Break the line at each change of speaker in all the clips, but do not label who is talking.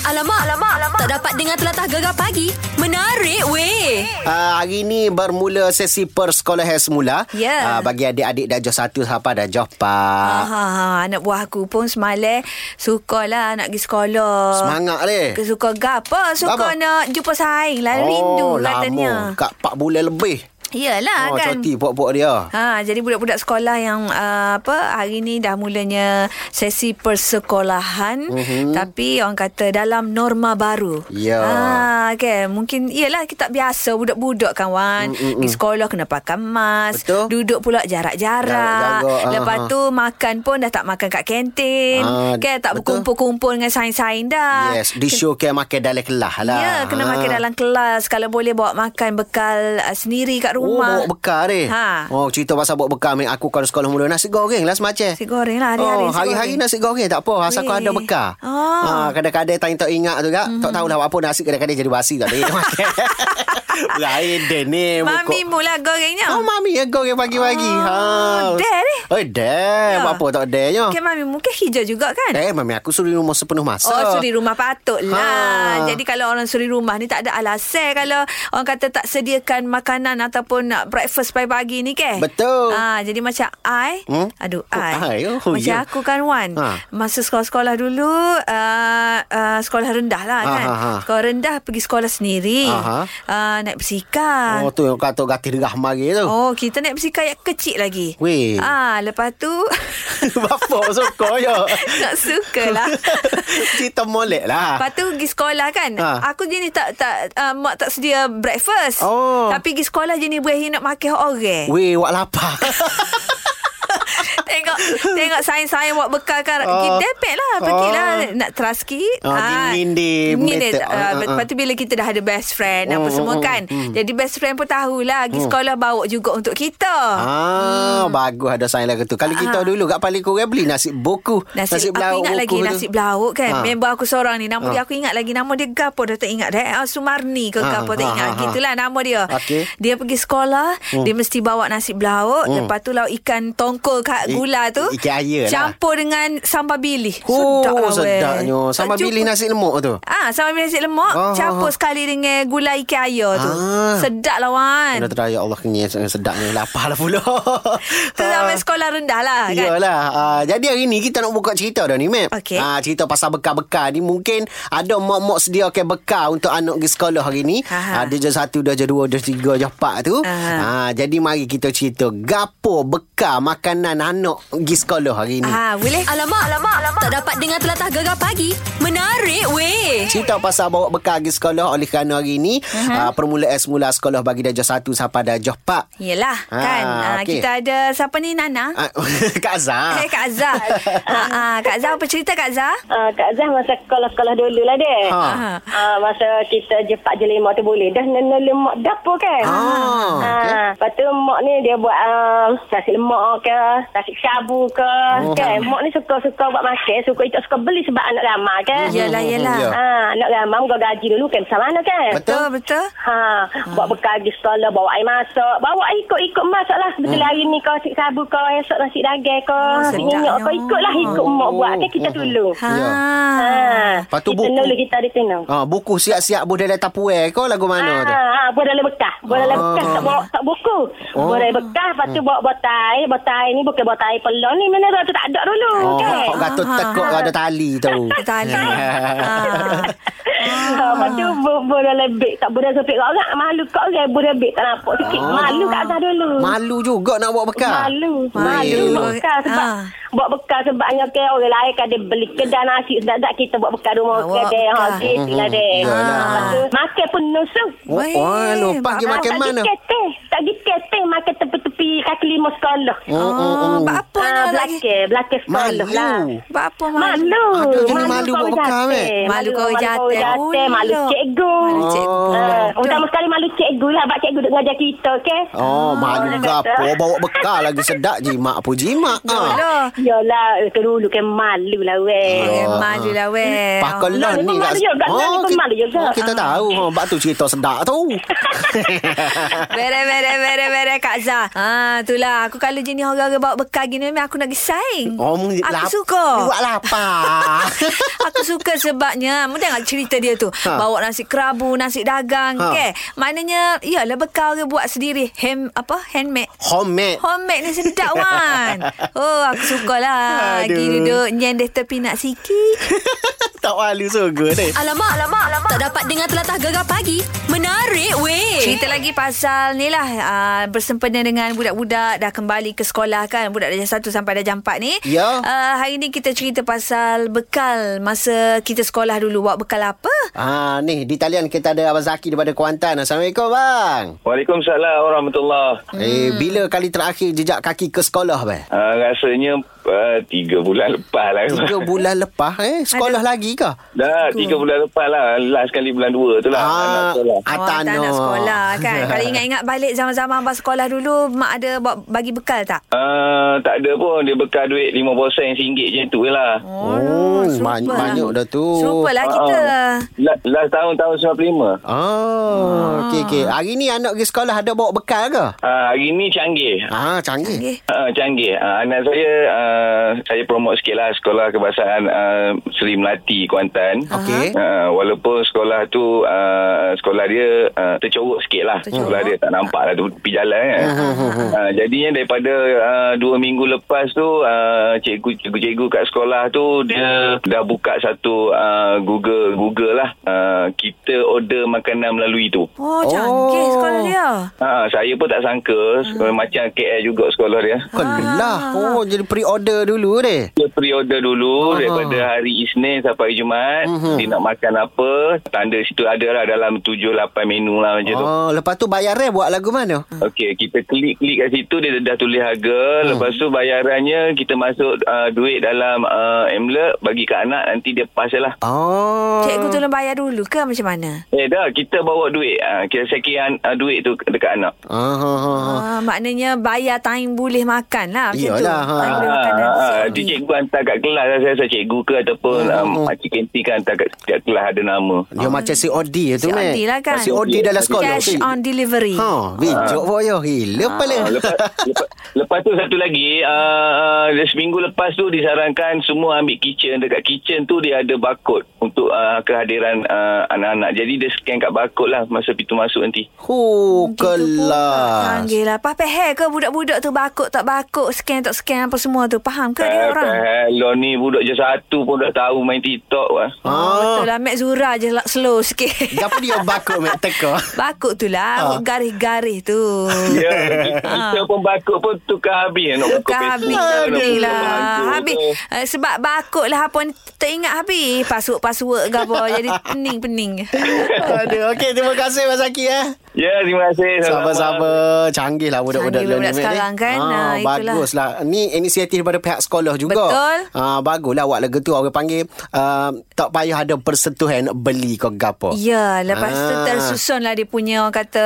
Alamak, alamak, alamak. Tak dapat dengar telatah gegar pagi. Menarik weh.
Uh, hari ni bermula sesi persekolahan semula.
Ya.
Uh, bagi adik-adik darjah 1 sampai darjah 4.
Ha, anak buah aku pun semalam sukalah nak pergi sekolah.
Semangat leh.
Ke suka gapa? Suka
Apa? Oh,
nak jumpa saing lah. rindu katanya.
Kat 4 bulan lebih.
Yelah
oh,
kan.
cuti pok-pok dia.
Ha, jadi budak-budak sekolah yang uh, apa hari ni dah mulanya sesi persekolahan mm-hmm. tapi orang kata dalam norma baru.
Mhm. Ya.
Ha, kan mungkin iyalah kita tak biasa budak-budak kawan. Mm, Pergi sekolah kena pakai mask,
Betul.
duduk pula
Jarak-jarak,
jarak-jarak.
ha,
Lepas
ha.
tu makan pun dah tak makan kat kantin. kan tak
Ha, betul.
berkumpul-kumpul dengan sain-sain dah.
Yes, disyorkan makan dalam kelah lah.
Ah. Ya, kena makan
Ha.
dalam kelas. Kalau boleh bawa makan bekal uh, sendiri kat
Oh,
rumah.
bawa bekal ni.
Ha.
Oh, cerita pasal bawa bekal ni. Aku kalau sekolah mula nasi goreng lah semacam.
Nasi goreng lah hari-hari.
oh,
nasi
hari-hari
goreng.
nasi goreng tak apa. Asal kau
Weh.
ada bekal.
Ah. Mhm.
Ha, kadang-kadang tak tak ingat tu kak. Tak tahulah apa nasi kadang-kadang jadi basi tak boleh makan. Lain deh ni muka.
Mami mula gorengnya.
Oh, mami yang goreng pagi-pagi. Ha.
Oh, deh ni.
Oh,
Ya.
deh. Apa tak dehnya?
Okay, Mami mungkin hijau juga kan?
Eh, mami aku suri rumah sepenuh masa.
Oh, suri rumah patut lah.
Ha.
Jadi kalau orang suri rumah ni tak ada alasan kalau orang kata tak sediakan makanan ataupun nak breakfast pagi-pagi ni ke?
Betul.
Ha, jadi macam I,
Hmm?
aduh
Oh,
I.
I. Oh,
macam
ya.
aku kan Wan.
Ha.
Masa sekolah-sekolah dulu, uh, uh, sekolah rendah lah
Ha,
kan.
ha, ha.
Sekolah rendah pergi sekolah sendiri.
Ha, ha.
Uh, naik bersikar.
Oh, tu yang kata gatih derah mari tu.
Oh, kita naik bersikar yang kecil lagi.
Weh.
Ah, lepas tu
Bapak suka ya.
nak suka lah.
Cerita molek lah.
Lepas tu pergi sekolah kan.
Ha.
Aku jenis tak tak uh, mak tak sedia breakfast.
Oh.
Tapi pergi sekolah jenis boleh nak makan orang.
Weh, awak lapar.
tengok tengok sain-sain buat bekal kan.
Oh.
Kita depek lah. Pergi lah.
Oh.
Nak trust sikit.
Oh,
Ah.
gini-gini
Gini,
method. Ah, ah,
ah, Lepas tu bila kita dah ada best friend apa
Hmm,
semua
hmm,
kan. Jadi best friend pun tahulah. Pergi sekolah bawa juga untuk kita.
Ah, hmm. bagus ada sign lagu tu. Kalau kita dulu kat paling kurang beli nasi buku.
Ah. Nasi, nasi aku ingat lagi
buku
nasi belauk kan.
Ha.
Ha. Member aku seorang ni. Nama
Ha.
ha. dia aku ingat lagi. Nama dia gapo dah tak ingat dah. Ah, Sumarni ke
Ha,
ha. gapo tak
ha,
ingat.
ha, ha.
Gitulah nama dia.
Okey. Hmm.
Dia pergi sekolah. Dia mesti bawa nasi belauk. Lepas tu lauk ikan tongkol kat
I-
gula tu.
ikan air lah.
Campur dengan sambal bilih.
Oh,
Sedap lah, weh.
sedapnya. Sama
Tak jumpa-
pilih nasi lemak tu.
Ah, sambal bilis lemak
Ha, ha,
oh, campur
ha.
sekali dengan gula ikan air tu.
Ah.
Sedap lah Wan.
Dah try ya Allah kenyang sedapnya lapar lah pula.
Tu sampai sekolah rendah lah kan.
Yalah uh, Jadi hari ni Kita nak buka cerita dah ni Mat
Okey.
Ah, Cerita pasal bekal-bekal ni Mungkin Ada mak-mak sediakan bekal Untuk anak pergi sekolah hari ni
Aha.
uh, Dia je satu Dia je dua Dia je tiga Dia je empat tu
Aha.
uh, Jadi mari kita cerita Gapo bekal Makanan anak Pergi sekolah hari ni
Ah, boleh?
Alamak, alamak, alamak. Tak dapat dengar telatah gegar pagi. Menarik weh.
Cerita pasal bawa bekal pergi sekolah oleh kerana hari ini uh-huh. uh, permulaan semula sekolah bagi darjah 1 sampai darjah 4.
Yelah
Ah,
kan. Ah,
okey. Ah.
Kita ada siapa ni Nana?
Uh, Kak Azhar.
Eh, Kak Azhar. ha, ha, Kak Azhar, apa cerita Kak Azhar? Ah,
Uh, Kak Zah masa sekolah-sekolah dulu lah deh.
Ha.
Ha. Uh, masa kita jepak jelima tu boleh. Dah nene lemak dapur kan.
Ah, okey.
Ha. Lepas tu mak ni dia buat uh, nasi lemak ke, nasi syabu ke.
Oh.
Oh. Kan? Mak ni suka-suka buat makan, suka tak suka beli sebab anak ramah kan.
Yelah, yelah.
Ya.
Ha, anak ramah kau gaji dulu kan besar mana kan.
Betul. Hmm.
betul.
Ha, buat bekal pergi sekolah, bawa air masak. Bawa air ikut-ikut masak lah. Sebetul hmm. hari ni kau cik sabu kau, esok nasi dagang kau, nasi
sedapnya.
minyak kau. Ikutlah ikut
Oh.
mak buat. Kan kita
Oh.
tolong.
Ha.
Ya.
Ha.
Lepas tu
kita
buku.
Kita kita ada tenung.
Ah, buku siap-siap budak dalam tapuer kau lagu mana tu?
Ah, ah, buat dalam bekas. Buat dalam
Ah.
bekas tak bawa tak buku.
Oh.
Buat dalam bekas lepas tu bawa botai. Botai ni bukan botai pelon ni mana tu tak ada dulu
Oh,
kan.
kau gatot
Ah,
tekuk
ah.
ada tali tu.
Ada tali. Ah.
Ha, lepas tu bu- buat dalam beg tak budak sepik kat orang malu kat orang buat dalam beg tak nampak sikit.
Oh.
Malu kat atas dulu.
Malu juga nak bawa bekal.
Malu.
Malu.
Buat bekal sebab
Ah.
buat bekal sebabnya ke orang lain kan dia beli kedai nasi sedap-sedap kita buat bekal
Awak
rumah orang kedai. Ha,
bekal.
gitu
Hmm,
lah deh.
Yalah.
Lepas tu makan pun nusuh.
Oh,
Weh,
oh, lupa pergi
Dia
Ah,
makan
tak
mana?
pergi keteh. Tak pergi keteh makan tepi-tepi kaki lima sekolah.
Oh, oh, oh.
Oh, buat apa
Ah,
Ana lagi?
belakang, belakang sekolah
Malu.
lah.
Buat apa malu?
Malu.
Aduh, jadi malu buat
kau
bekal,
jatuh.
eh.
Malu kau
kau
jatuh.
jatuh, malu
Pula.
cikgu.
Malu cikgu
Oh.
pula.
Ah, Utama sekali malu cikgu lah. Sebab cikgu duk ngajar kita, okay?
Oh, malu gapo bawa bekal lagi sedap je mak puji mak.
Dulu.
Ah.
Yalah, itu dulu kan malu lah
Oh.
weh.
Eh, malu lah weh.
Pakal
Oh,
lan ni
pun malu juga. Kat sana pun
ki-
malu juga. Ah.
oh, kita tahu. Ha, Sebab tu cerita sedap tu.
Bere, bere, bere, bere Kak Zah. Ha, itulah. Aku kalau jenis orang-orang bawa bekal gini memang aku nak pergi saing.
Oh, mu-
aku
lap-
suka.
mu Buat lapar.
aku suka sebabnya Mu tengok cerita dia tu
Ha.
ha. Bawa nasi kerabu Nasi dagang
Ha.
ha. okay. Maknanya Yalah bekal dia buat sendiri Ham, apa Handmade
Homemade.
Homemade ni sedap wan Oh aku suka lah
Aduh.
Pergi duduk Nyendeh tepi nak sikit
tak malu sungguh
Ah.
ni.
Alamak, alamak, alamak. Tak dapat dengar telatah gegar pagi. Menarik weh.
Cerita lagi pasal ni lah uh, Bersempena dengan budak-budak Dah kembali ke sekolah kan Budak darjah 1 sampai darjah 4 ni
Ya.
uh, Hari ni kita cerita pasal Bekal Masa kita sekolah dulu Buat bekal apa
Ah ni di talian kita ada Abang Zaki daripada Kuantan. Assalamualaikum bang.
Waalaikumsalam warahmatullahi
Hmm. Eh bila kali terakhir jejak kaki ke sekolah bang?
Uh, rasanya uh, tiga bulan lepas lah.
Tiga bulan lepas eh sekolah lagi ke?
Dah, tiga bulan lepas lah. Last kali bulan dua tu lah. anak
Ah,
sekolah.
Oh, tak nak
Atano.
sekolah kan Kalau ingat-ingat balik Zaman-zaman abang sekolah dulu Mak ada buat- bagi bekal tak?
Ah, tak ada pun. Dia bekal duit lima sen, RM1 je tu je lah.
Oh,
serupa
banyak-
lah.
banyak dah tu.
Serupa lah kita
Ah, la- last tahun, tahun 95.
Oh, okey okey.
Ah.
Hari ni anak pergi sekolah ada bawa bekal ke?
Ah, hari ni canggih.
Ah, canggih.
Okey.
Uh, canggih. Uh, anak saya, uh, saya promote sikit lah sekolah kebahasaan uh, Seri Melati, Kuantan.
Okey.
Uh, walaupun sekolah tu, uh, sekolah dia uh, tercorok sikit lah.
Tercorok.
Sekolah dia tak nampak lah tu tepi jalan kan. uh, jadinya daripada uh, dua minggu lepas tu, uh, cikgu- cikgu-cikgu kat sekolah tu, dia dah buka satu uh, Google, Google lah. Uh, kita order makanan melalui tu.
Oh canggih
Oh.
sekolah dia
Ha, saya pun tak sangka hmm. macam KL juga sekolah dia.
Ah.
Kelah. Kan Oh, jadi pre-order dulu deh.
Dia pre-order dulu daripada hari Isnin sampai hari Jumaat. Dia nak makan apa, tanda situ ada lah dalam 7-8 menu lah macam tu.
Oh, lepas tu bayarnya buat lagu mana?
Okey, kita klik-klik kat situ, dia dah tulis harga. Lepas tu bayarannya, kita masuk uh, duit dalam uh, Amlet, bagi ke anak, nanti dia pas je lah.
Oh.
Cikgu tolong bayar dulu ke macam mana?
Eh dah, kita bawa duit. Uh, kita sekian uh, duit tu dekat anak.
Ah, ah, ah.
Ah, maknanya bayar time boleh makan lah macam
Yalah,
tu.
ha.
Time boleh makan dan
Ah,
sendiri.
tu cikgu hantar kat kelas lah. Saya rasa cikgu ke ataupun hmm. um, makcik kantin kan hantar kat setiap kelas ada nama.
Dia macam si Odi
Ah.
tu
Si
Mat.
Odi lah kan.
Si Odi dalam sekolah.
Cash on delivery.
Ha, bijak boy yo. Hila pala.
Ah, lepas, lepas, lepas tu satu lagi uh, seminggu lepas tu disarankan semua ambil kitchen dekat kitchen tu dia ada barcode untuk uh, kehadiran uh, anak-anak jadi dia scan kat barcode lah masa pintu masuk nanti
Hu kelas.
Panggil lah. Apa peher ke budak-budak tu bakut tak bakut, scan tak scan apa semua tu. Faham ke
Eh,
dia orang?
Hello Ah, ni budak je satu pun dah tahu main TikTok lah
Oh, betul
Ha.
lah. Mek Zura je lah slow sikit.
Gapo dia bakut Mat teka.
bakut tu lah.
Ha.
Garis-garis tu.
Ya, kita- kita pun bakut pun tukar habis nak bakut
Ah. Tukar habis
Facebook, nak
habis
bakut
lah.
barcode
Habis
tu.
eh, sebab bakut lah apa ni, teringat habis password-password ke apa jadi pening-pening.
Aduh, okey terima kasih Mas Zaki eh.
Ya, terima kasih.
Sama-sama. Canggih lah budak-budak
Canggih
dulu ni,
budak
Mat, ni.
sekarang kan.
Ha,
Ha, itulah.
baguslah. Ni inisiatif daripada pihak sekolah juga.
Betul.
Ha, baguslah awak lagu tu orang panggil uh, tak payah ada persentuhan beli ke gapo.
Ya, lepas tu
Ah.
tersusun lah dia punya orang kata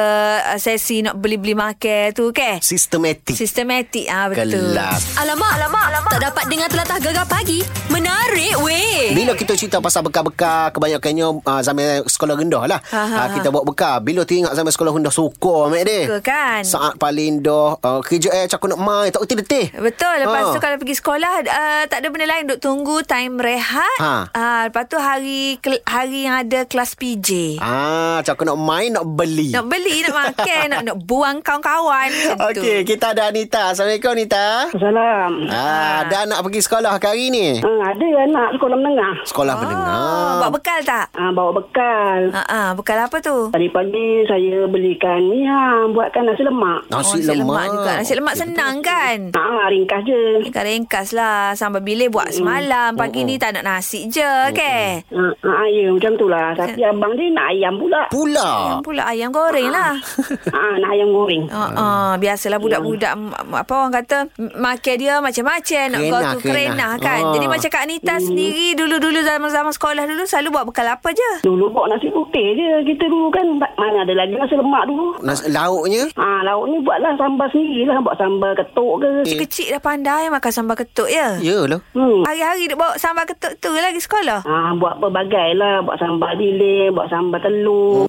ah, sesi nak beli-beli makan tu ke?
Sistematik.
Sistematik ah betul.
Kelas.
Alamak, alamak, alamak. Tak dapat dengar telatah gegar pagi. Menarik
Eh.
weh.
Bila kita cerita pasal bekal-bekal Kebanyakannya uh, zaman sekolah rendah lah uh,
Ha, ha,
Kita buat bekal Bila tu ingat zaman sekolah rendah Suka Mek dia
Suka kan?
Saat paling dah uh, Kerja eh cakap nak main Tak letih-letih
Betul. Lepas
Ha.
ha. tu kalau pergi sekolah uh, tak ada benda lain duk tunggu time rehat.
Ha.
Ha. Uh, lepas tu hari kel- hari yang ada kelas PJ. Ha.
Ah, cakap nak main nak beli
Nak beli, nak makan, nak nak buang kawan-kawan macam tu.
Okey, kita ada Anita Assalamualaikum Anita
Salam.
Ah, ada anak pergi sekolah ke hari ni
Hmm, ada anak sekolah menengah.
Sekolah oh, menengah
Oh, buat bekal tak?
Ah, bawa bekal.
Ha ah, bekal apa tu?
Tadi pagi saya belikan ni ha, buatkan nasi lemak.
Nasi,
oh,
lemak.
juga. Nasi lemak senang kan?
Ha, ringkas je.
Ringkas-ringkas lah Sambal bilik buat semalam Pagi ni tak nak nasi je kan? ke
Ha, ha, ya, macam tu lah. Tapi abang dia nak ayam pula.
Pula
Ayam pula ayam goreng lah
Ha, nak ayam goreng.
Uh, uh, biasalah budak-budak m- m- apa orang kata m- makan dia macam-macam nak go
Kerenah,
to kerenah
kerenah.
kan.
Ah.
Jadi macam Kak Nita sendiri dulu-dulu zaman-zaman sekolah dulu selalu buat bekal apa je?
Dulu bawa nasi putih je kita dulu kan. Tak- Mana ada lagi nasi lemak dulu.
Nas- lauknya
Ah, lauk ni buatlah sambal sendiri lah. Buat sambal ketuk ke.
Kecil dah pandai makan sambal ketuk ya.
Ya lah
Hmm.
Hari-hari duk bawa sambal ketuk tu lagi sekolah.
Ah, buat pelbagai lah. Buat sambal bilis, buat sambal telur.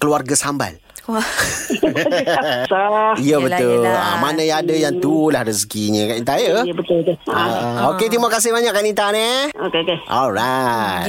Oh.
Keluarga sambal
Wah.
Sah.
Yelah,
Ya betul
yelah.
ha, Mana yang ada yang tu lah rezekinya Kak Nita ya
Ya, betul betul. Ah.
ha. Okey terima kasih banyak Kak Nita ni eh.
Okey, okey.
Alright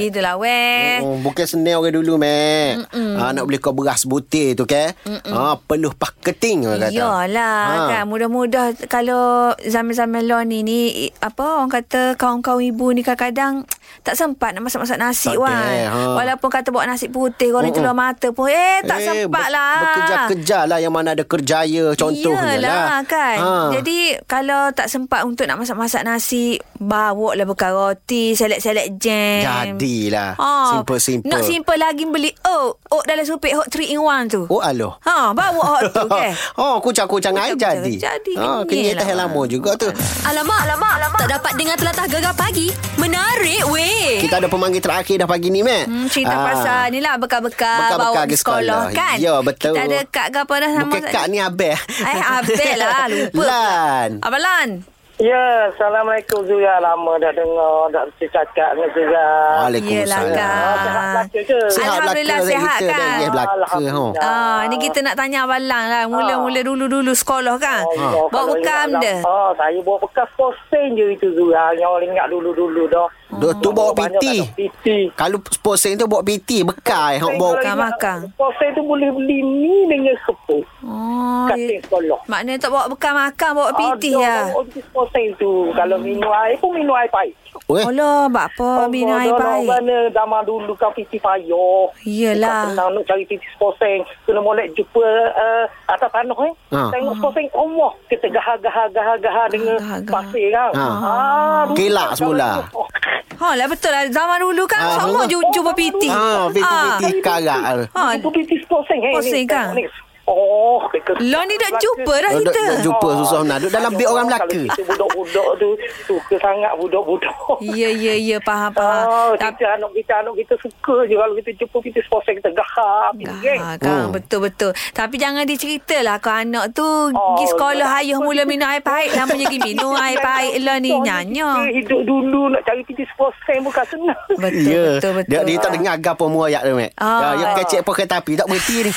Gitulah weh.
Oh, bukan senil orang dulu, meh. Ha, nak beli kau beras butir tu, ke? Ha, penuh paketing, orang kata. Ah.
Yalah ha. kan mudah-mudah kalau zaman-zaman lo ni ni i- apa orang kata kaum-kaum ibu ni kadang-kadang tak sempat nak masak-masak nasi
Tak
wan.
ada, ha.
Walaupun kata buat nasi putih goreng telur mata pun eh tak sempat
be-
lah.
Bekerja-kerja lah yang mana ada kerjaya contohnya
Yalah,
lah.
kan. Jadi kalau tak sempat untuk nak masak-masak nasi, bawa lah bekal roti, selet-selet jam. Ha.
Jadilah. lah. Simple-simple.
Ah, Nak simple lagi beli oat. Oat dalam supik hot 3 in 1 tu.
Oh aloh.
Ha, bawa hot tu ke.
oh, kucang-kucang air
Kucang-kucang
jadi.
jadi,
Ha,
kenyal
kenyal dah
lah.
lama juga tu.
Alamak, alamak, alamak. Tak dapat dengar telatah gegar pagi. Menarik weh.
Kita ada pemanggil terakhir dah pagi ni, Mat.
Hmm, cerita
Ah.
pasal ni lah bekal-bekal
Bekal-bekal
bawa
pergi
pergi sekolah, sekolah kan.
Ya, betul.
Kita ada Kak Gapa dah sama.
Bukan Kak ni Abel.
Eh, Abel lah. Lupa.
Lan.
Abang Lan.
Ya, Assalamualaikum Zura. Lama dah dengar, dah mesti cakap dengan Zura.
Yelah,
Ah, Sehat lah
Kak.
belaka ke?
Sehat
Alhamdulillah
belaka,
sihat
kita
kan.
dah belaka. ho.
Alhamdulillah.
Ah, ni kita nak tanya Abang Lan lah. Mula-mula dulu-dulu sekolah kan. Bawa
Allah, Ah. ya, kalau
bekam
ingat
dia.
lama- Ah, saya bawa bekas posting je itu Zura. Yang orang ingat dulu-dulu dah.
Dia tu bawa
Banyak
PT.
tak ada PT.
Kalau posting tu bawa PT bekal hok bawa.
lah.
Makan, makan.
Posting tu boleh beli mi dengan sepuk.
Oh,
Katil
ya.
sekolah.
Maknanya tak bawa bekal makan, bawa piti ya.
Ada posting tu. Kalau
Hmm.
minum air pun minum air pahit.
Oh,
Weh,
Alah, bapa bina Oh, air baik.
Mana zaman dulu kan piti payah.
Iyalah.
Tak Senang nak cari piti sepoteng. Kena molek jumpa uh, atas tanah eh.
Ha.
Tengok sepoteng. Allah. Kita gahar-gahar-gahar dengan
Gahar-gahar.
pasir kan.
Ha.
Ah, dulu
Kelak
tak
semula.
kalau jumpa.
Ha, lah betul lah. Zaman dulu kan
Ah,
semua
dulu.
ju- jumpa piti.
Ah, PT-PT
Ah.
karak.
Ha,
Jumpa piti sepoteng. eh, ni,
Sepoteng, kan?
tengok ni. Oh, kita
Lo Lah, ni dah jumpa dah
Duk-
kita.
duk jumpa susah nak. Duk dalam beg orang Melaka.
Kalau kita budak-budak tu, suka sangat budak-budak.
Ya, ya, ya. Faham, faham.
Ah, Oh,
Tapi,
kita anak kita anak kita suka je kalau kita jumpa kita sponsor kita gahar geng.
Ah, kan, betul-betul. Tapi jangan diceritalah kalau anak tu pergi sekolah
tak
ayah
apa.
mula minum air pahit. Lama je pergi minum air pahit lah ni.
Soalnya
Nyanyo.
Kita hidup dulu nak cari titik sponsor bukan senang.
Betul,
Ya.
betul, betul.
Dia, dia tak dengar agak pun muayak tu, Mat.
Ah.
Ah. Ya, kecek pun kereta api. Tak berhenti ni.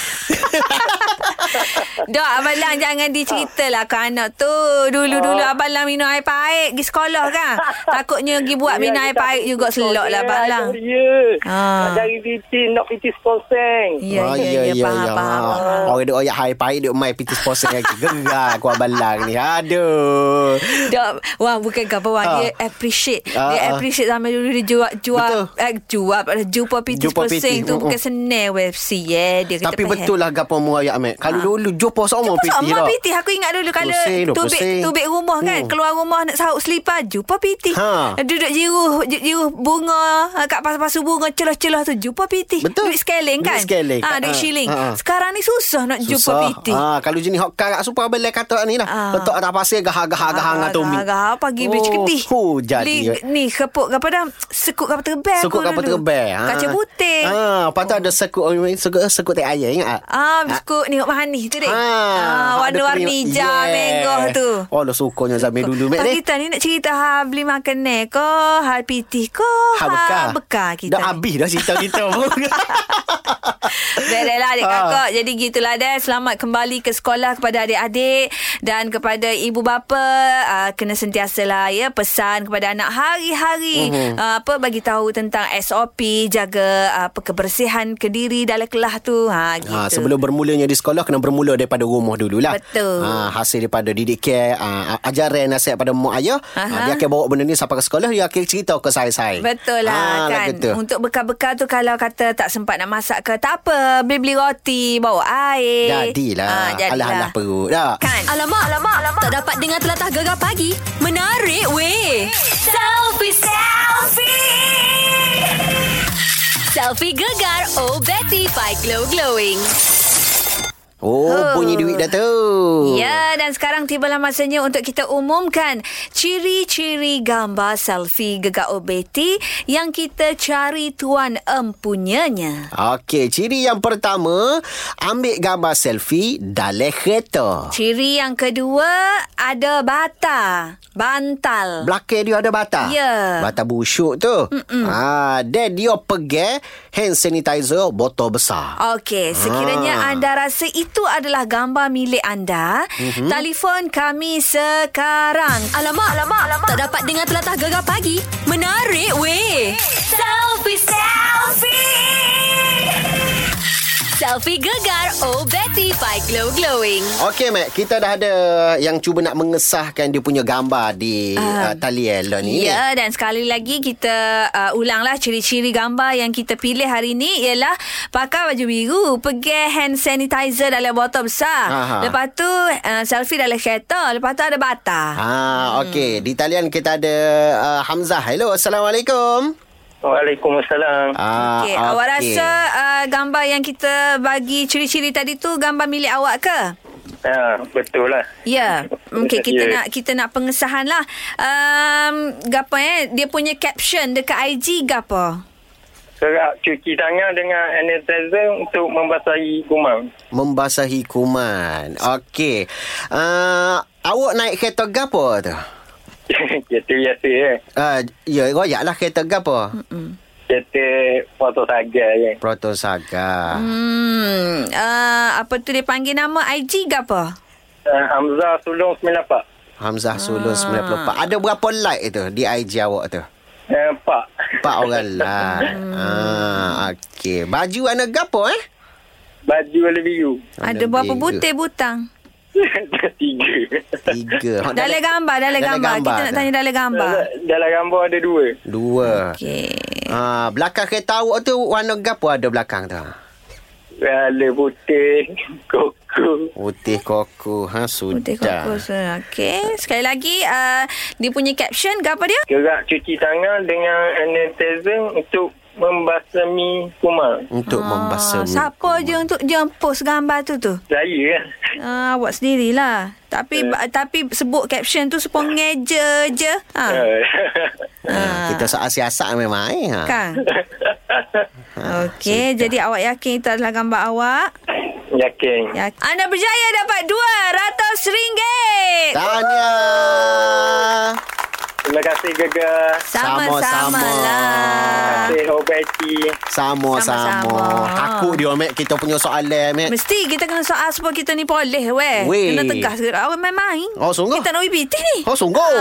Dok, Abang Lang jangan diceritalah ke anak tu. Dulu-dulu Abang Lang minum air pahit, pergi sekolah kan? Takutnya pergi buat minum air pahit juga selok lah Abang Lang.
Ya.
Ha.
Nak cari titik nak titik sponsor.
Ya,
Ah,
ya, ya, faham, faham. faham.
Ah. Orang duk oyak hai pahit duk mai piti sponsor lagi. Gerak aku abalang ni. Aduh.
Dok, wah bukan apa wah dia
Ah.
appreciate.
Ah,
Dia
ah.
appreciate zaman dulu dia jual jual
Betul.
eh, jual eh, jumpa PT
Jumpa
Persing
PT,
tu
mm-mm.
bukan senang web si ya dia kata
Tapi betul lah gapo muayak, Mat. Kalau
Ah.
dulu jumpa semua
Pasal
piti
mak
dah.
PT aku ingat dulu kalau
Pusing tu,
tubik
pusing.
tubik rumah kan
Hmm.
keluar rumah nak sahut selipar jumpa PT
Ha.
duduk jiruh j- jiruh bunga eh, kat pasu-pasu bunga celah-celah tu jumpa PT
Betul.
duit scaling
Duit
kan
scaling.
ha duit
Ha,
shilling
ha, ha.
sekarang ni susah nak jumpa PT
Ah, kalau jenis hok karak super boleh kata ni lah.
Ah.
Letak atas pasir gahar-gahar-gahar dengan tumi.
Gahar pagi beli ceketi.
Oh, jadi.
Beli
ya.
ni kepuk apa dah? Sekut kapal terbang.
Sekut
aku
kapal
dulu.
terbang. ha.
Kacang putih. Oh.
Ha, lepas tu ada sekut sekut sekut teh air ingat tak?
Ah, biskut ni manis tu dek. Ah, warna-warni hijau merah tu.
Oh, lo sukanya zaman dulu mek ni.
Pak kita ni nak cerita ha beli makanan ke, ha piti ke,
Ha bekal.
Ah, bekal kita.
Dah habis dah cerita kita pun.
Baiklah adik
Ah.
kakak. Jadi gitulah deh. Selamat kembali ke sekolah kepada adik-adik dan kepada ibu bapa. Uh, kena sentiasalah ya pesan kepada anak hari-hari
Mhm.
mm-hmm. uh, apa bagi tahu tentang SOP, jaga uh, apa kebersihan kediri dalam kelas tu. Ha gitu.
ha, sebelum bermulanya di sekolah kena bermula daripada rumah dululah.
Betul.
Ha, hasil daripada didik care, ha, ajaran nasihat pada mak ayah,
Aha.
ha, dia akan bawa benda ni sampai ke sekolah, dia akan cerita ke saya-saya.
Betul lah
lah
kan.
gitu.
Untuk bekal-bekal tu kalau kata tak sempat nak masak ke tak apa, beli-beli roti, bawa air. Ah,
Jadilah.
jadilah.
Alah-alah perut dah.
Kan.
Alamak, alamak, alamak. Tak dapat dengar telatah gegar pagi. Menarik weh. Selfie, selfie. Selfie gegar Oh Betty by Glow Glowing.
Oh,
Oh.
bunyi duit dah tu.
Oh.
Ya, dan sekarang tibalah masanya untuk kita umumkan ciri-ciri gambar selfie gegak obeti yang kita cari tuan empunyanya.
Okey, ciri yang pertama, ambil gambar selfie dalam kereta.
Ciri yang kedua ada bata, bantal.
Belakang dia ada bata.
Ya.
Bata busuk tu. Ha, then dia pegang hand sanitizer botol besar.
Okey, sekiranya
Ah.
anda rasa itu adalah gambar milik anda, telefon kami sekarang.
Alamak, alamak, alamak. Tak dapat dengar telatah gegar pagi. Menarik weh. Selfie, selfie. Selfie gegar Oh Betty by Glow Glowing.
Okey, Mac. Kita dah ada yang cuba nak mengesahkan dia punya gambar di uh, talian lah ni.
Ah. Ya, dan sekali lagi kita uh, ulanglah ciri-ciri gambar yang kita pilih hari ni ialah pakai baju biru, pegang hand sanitizer dalam botol besar.
Aha.
Lepas tu uh, selfie dalam kereta, lepas tu ada bata.
Ha,
Hmm.
okey. Di talian kita ada uh, Hamzah. Hello, Assalamualaikum.
Waalaikumsalam.
Ah,
Okey, awak rasa uh, gambar yang kita bagi ciri-ciri tadi tu gambar milik awak ke?
Ya, betul lah.
Ya, okey kita
Ya.
nak kita nak pengesahan lah. Um, gapo eh dia punya caption dekat IG gapo?
Serap cuci tangan dengan sanitizer untuk membasahi gumam.
membasahi kuman. Okey. Uh, awak naik kereta gapo tu?
Kereta biasa eh.
Uh, ya, royak lah kereta gapo?
Kereta ya. foto saga je.
Proton Saga.
Hmm, uh, apa tu dia panggil nama IG gapo?
Uh, Hamzah Sulung 9 Pak.
Hamzah
Ah.
Sulun 94. Ada berapa like tu di IG awak tu?
Uh, Pak.
Empat orang like.
Hmm.
ah, okey. Baju anak gapo eh?
Baju warna biru.
Ada berapa butir butang?
Tiga.
Tiga. Hak
Dalam gambar, dalam gambar. Kita nak
tu.
tanya dalam gambar.
Dalam gambar ada dua.
Dua.
Okey.
Ah, belakang kereta awak tu warna gapo ada belakang tu?
Ada putih, koko.
Putih koko. Ha, sudah.
Putih kokos. Okey. Sekali lagi, uh, dia punya caption ke apa dia?
Gerak cuci tangan dengan sanitizer untuk membasmi kumal.
Untuk
Ha,
ah, membasuh.
Siapa je untuk dia post gambar tu tu?
Saya kan.
Uh, awak sendirilah. Tapi ba- tapi sebut caption tu supaya ngeja je. Ha.
Ya.
Eh,
Ah, kita soal siasat memang eh. Ha.
Kan? Okey, jadi awak yakin itu adalah gambar awak?
Yakin.
Ya. Anda berjaya dapat RM200.
Tahniah.
Terima kasih Gegar.
Sama-sama.
Sama-sama
Terima
lah.
kasih Obeti.
Sama-sama.
Sama-sama.
Aku dia, Mac. Kita punya soalan, Mac.
Mesti kita kena soal sebab kita ni boleh weh.
Eh. Weh.
Kena tegas ke awak main-main.
Oh, sungguh?
Kita Ah. nak UBT ni.
Oh, sungguh.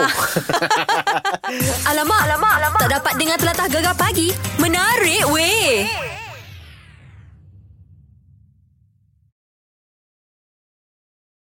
Alamak, alamak, alamak. Tak dapat dengar telatah gegar pagi. Menarik weh.